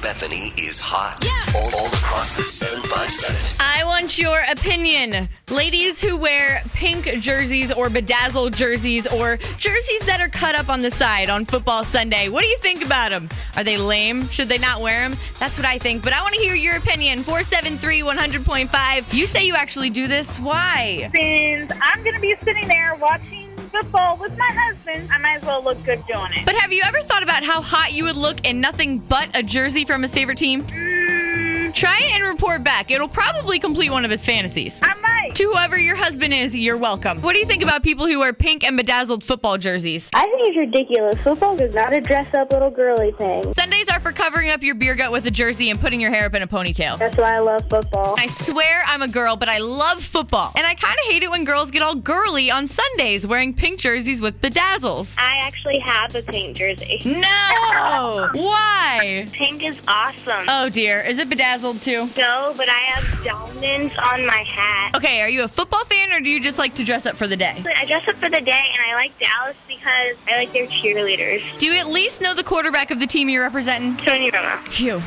Bethany is hot all, all across the 757. I want your opinion. Ladies who wear pink jerseys or bedazzled jerseys or jerseys that are cut up on the side on football Sunday, what do you think about them? Are they lame? Should they not wear them? That's what I think, but I want to hear your opinion. 473 100.5. You say you actually do this. Why? Since I'm going to be sitting there watching football with my husband, I might as well look good doing it. But have you ever thought about how hot you would look in nothing but a jersey from his favorite team? Mm, Try it and report back. It'll probably complete one of his fantasies. I might. To whoever your husband is, you're welcome. What do you think about people who wear pink and bedazzled football jerseys? I think it's ridiculous. Football is not a dress up little girly thing. Sundays are for covering up your beer gut with a jersey and putting your hair up in a ponytail. That's why I love football. I swear I'm a girl, but I love football. And I kind of hate it when girls get all girly on Sundays wearing pink jerseys with bedazzles. I actually have a pink jersey. No! Why? Pink is awesome. Oh dear, is it bedazzled too? no, but I have diamonds on my hat. Okay, are you a football fan or do you just like to dress up for the day? I dress up for the day, and I like Dallas because I like their cheerleaders. Do you at least know the quarterback of the team you're representing? Tony Romo. Phew.